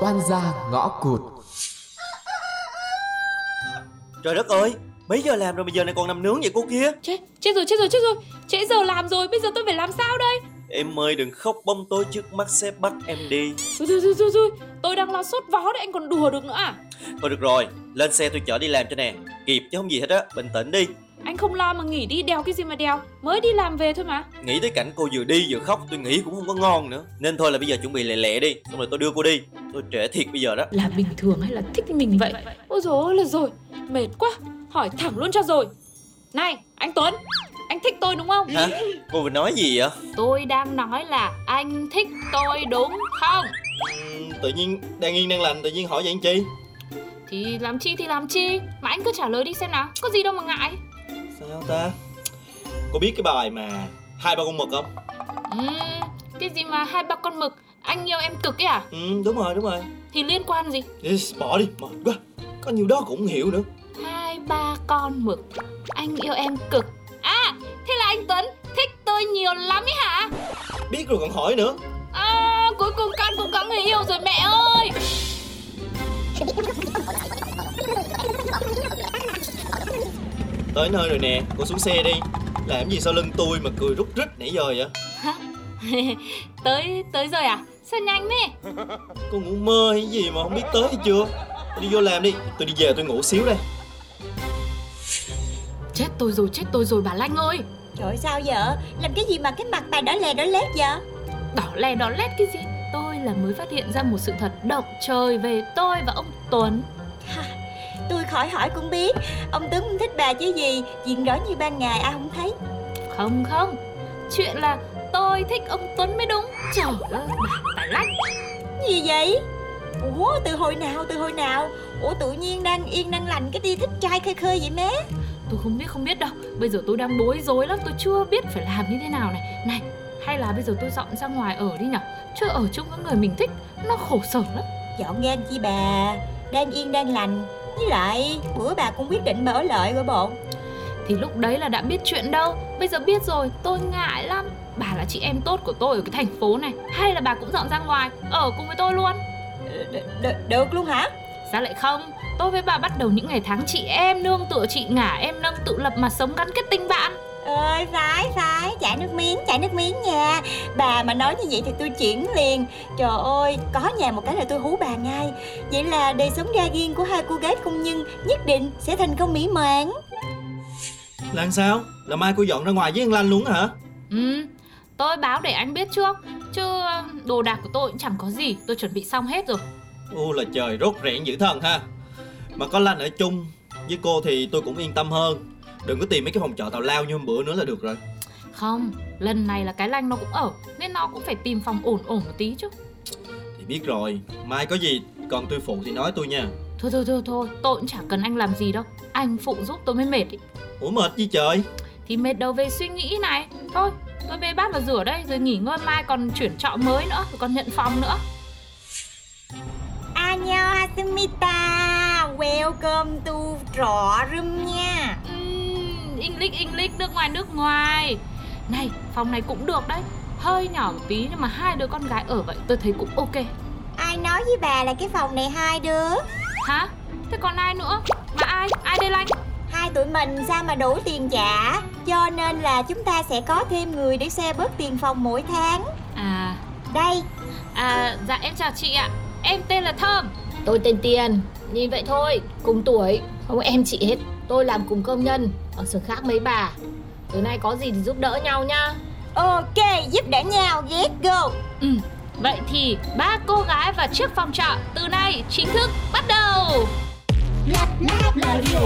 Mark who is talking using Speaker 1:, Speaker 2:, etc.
Speaker 1: oan gia ngõ cụt
Speaker 2: Trời đất ơi, mấy giờ làm rồi mà giờ này còn nằm nướng vậy cô kia
Speaker 3: Chết, chết rồi, chết rồi, chết rồi Trễ giờ làm rồi, bây giờ tôi phải làm sao đây
Speaker 2: Em ơi đừng khóc bông tối trước mắt sếp bắt em đi
Speaker 3: Rồi, rồi, rồi, rồi, rồi. Tôi đang lo sốt vó đấy, anh còn đùa được nữa à
Speaker 2: Thôi được rồi, lên xe tôi chở đi làm cho nè Kịp chứ không gì hết á, bình tĩnh đi
Speaker 3: Anh không lo mà nghỉ đi, đèo cái gì mà đèo Mới đi làm về thôi mà
Speaker 2: Nghĩ tới cảnh cô vừa đi vừa khóc tôi nghĩ cũng không có ngon nữa Nên thôi là bây giờ chuẩn bị lẹ lẹ đi Xong rồi tôi đưa cô đi Tôi trễ thiệt bây giờ đó
Speaker 3: Là bình thường hay là thích mình vậy Ôi dồi ôi là rồi, mệt quá Hỏi thẳng luôn cho rồi Này, anh Tuấn, anh thích tôi đúng không?
Speaker 2: Hả? Cô vừa nói gì vậy?
Speaker 4: Tôi đang nói là anh thích tôi đúng không?
Speaker 2: Ừm, Tự nhiên đang yên đang lành tự nhiên hỏi vậy anh chi
Speaker 4: Thì làm chi thì làm chi Mà anh cứ trả lời đi xem nào Có gì đâu mà ngại
Speaker 2: Sao ta? Cô biết cái bài mà hai ba con mực không?
Speaker 4: Ừm, Cái gì mà hai ba con mực Anh yêu em cực ấy à
Speaker 2: Ừ đúng rồi đúng rồi
Speaker 4: Thì liên quan gì
Speaker 2: Yes, Bỏ đi mệt quá Có nhiều đó cũng không hiểu nữa
Speaker 4: Hai ba con mực Anh yêu em cực À thế là anh Tuấn thích tôi nhiều lắm ấy hả
Speaker 2: Biết rồi còn hỏi nữa
Speaker 4: À cuối cùng con cũng có người yêu rồi mẹ ơi
Speaker 2: Tới nơi rồi nè, cô xuống xe đi Làm gì sau lưng tôi mà cười rút rít nãy giờ vậy?
Speaker 4: Tới tới rồi à Sao nhanh thế
Speaker 2: Cô ngủ mơ hay gì mà không biết tới hay chưa Cô Đi vô làm đi, tôi đi về tôi ngủ xíu đây
Speaker 4: Chết tôi rồi chết tôi rồi bà Lanh ơi
Speaker 5: Trời sao vậy? Làm cái gì mà cái mặt bà đỏ lè đỏ lét vậy?
Speaker 4: Đỏ lè đỏ lét cái gì Tôi là mới phát hiện ra một sự thật động trời về tôi và ông Tuấn
Speaker 5: Tôi khỏi hỏi cũng biết Ông Tướng cũng thích bà chứ gì Chuyện rõ như ban ngày ai không thấy
Speaker 4: Không không Chuyện là tôi thích ông Tuấn mới đúng Trời ơi bà, bà Lanh
Speaker 5: Gì vậy? Ủa từ hồi nào từ hồi nào Ủa tự nhiên đang yên đang lành cái đi thích trai khơi khơi vậy mé
Speaker 4: Tôi không biết không biết đâu Bây giờ tôi đang bối rối lắm Tôi chưa biết phải làm như thế nào này Này hay là bây giờ tôi dọn ra ngoài ở đi nhở Chứ ở chung với người mình thích Nó khổ sở lắm
Speaker 5: Dọn ngang chi bà Đang yên đang lành Với lại bữa bà cũng quyết định bà ở lợi rồi bộ
Speaker 4: Thì lúc đấy là đã biết chuyện đâu Bây giờ biết rồi tôi ngại lắm Bà là chị em tốt của tôi ở cái thành phố này Hay là bà cũng dọn ra ngoài Ở cùng với tôi luôn
Speaker 5: Đ- đ- Được luôn hả?
Speaker 4: Sao lại không? Tôi với bà bắt đầu những ngày tháng chị em nương tựa chị ngả em nâng tự lập mà sống gắn kết tình bạn
Speaker 5: ơi phải phải chảy nước miếng chảy nước miếng nha bà mà nói như vậy thì tôi chuyển liền trời ơi có nhà một cái là tôi hú bà ngay vậy là đời sống ra riêng của hai cô gái công nhân nhất định sẽ thành công mỹ mãn
Speaker 2: Làm sao? Là mai cô dọn ra ngoài với anh Lanh luôn á hả?
Speaker 4: Ừ, tôi báo để anh biết trước Chứ um, đồ đạc của tôi cũng chẳng có gì Tôi chuẩn bị xong hết rồi
Speaker 2: Ô là trời rốt rẹn dữ thần ha Mà có Lanh ở chung với cô thì tôi cũng yên tâm hơn Đừng có tìm mấy cái phòng trọ tào lao như hôm bữa nữa là được rồi
Speaker 4: Không, lần này là cái lanh nó cũng ở Nên nó cũng phải tìm phòng ổn ổn một tí chứ
Speaker 2: Thì biết rồi, mai có gì còn tôi phụ thì nói tôi nha
Speaker 4: Thôi thôi thôi thôi, tôi cũng chả cần anh làm gì đâu Anh phụ giúp tôi mới mệt ý.
Speaker 2: Ủa mệt gì trời?
Speaker 4: Thì mệt đầu về suy nghĩ này Thôi, tôi bê bát vào rửa đây Rồi nghỉ ngơi mai còn chuyển trọ mới nữa Rồi còn nhận phòng nữa
Speaker 5: Annyeonghaseyo welcome to trọ room nha
Speaker 4: Ừm, English English nước ngoài nước ngoài Này phòng này cũng được đấy Hơi nhỏ một tí nhưng mà hai đứa con gái ở vậy tôi thấy cũng ok
Speaker 5: ai nói với bà là cái phòng này hai đứa
Speaker 4: Hả? Thế còn ai nữa? Mà ai? Ai đây Lanh?
Speaker 5: hai tụi mình sao mà đủ tiền trả cho nên là chúng ta sẽ có thêm người để xe bớt tiền phòng mỗi tháng
Speaker 4: À,
Speaker 5: đây
Speaker 4: à dạ em chào chị ạ Em tên là Thơm
Speaker 6: Tôi tên Tiền, nhìn vậy thôi, cùng tuổi, không em chị hết. Tôi làm cùng công nhân, ở xưởng khác mấy bà. Tối nay có gì thì giúp đỡ nhau nhá.
Speaker 5: ok giúp đỡ nhau ghét go
Speaker 4: Vậy thì ba cô gái và chiếc phòng trọ từ nay chính thức bắt đầu
Speaker 7: Lab Lab Radio.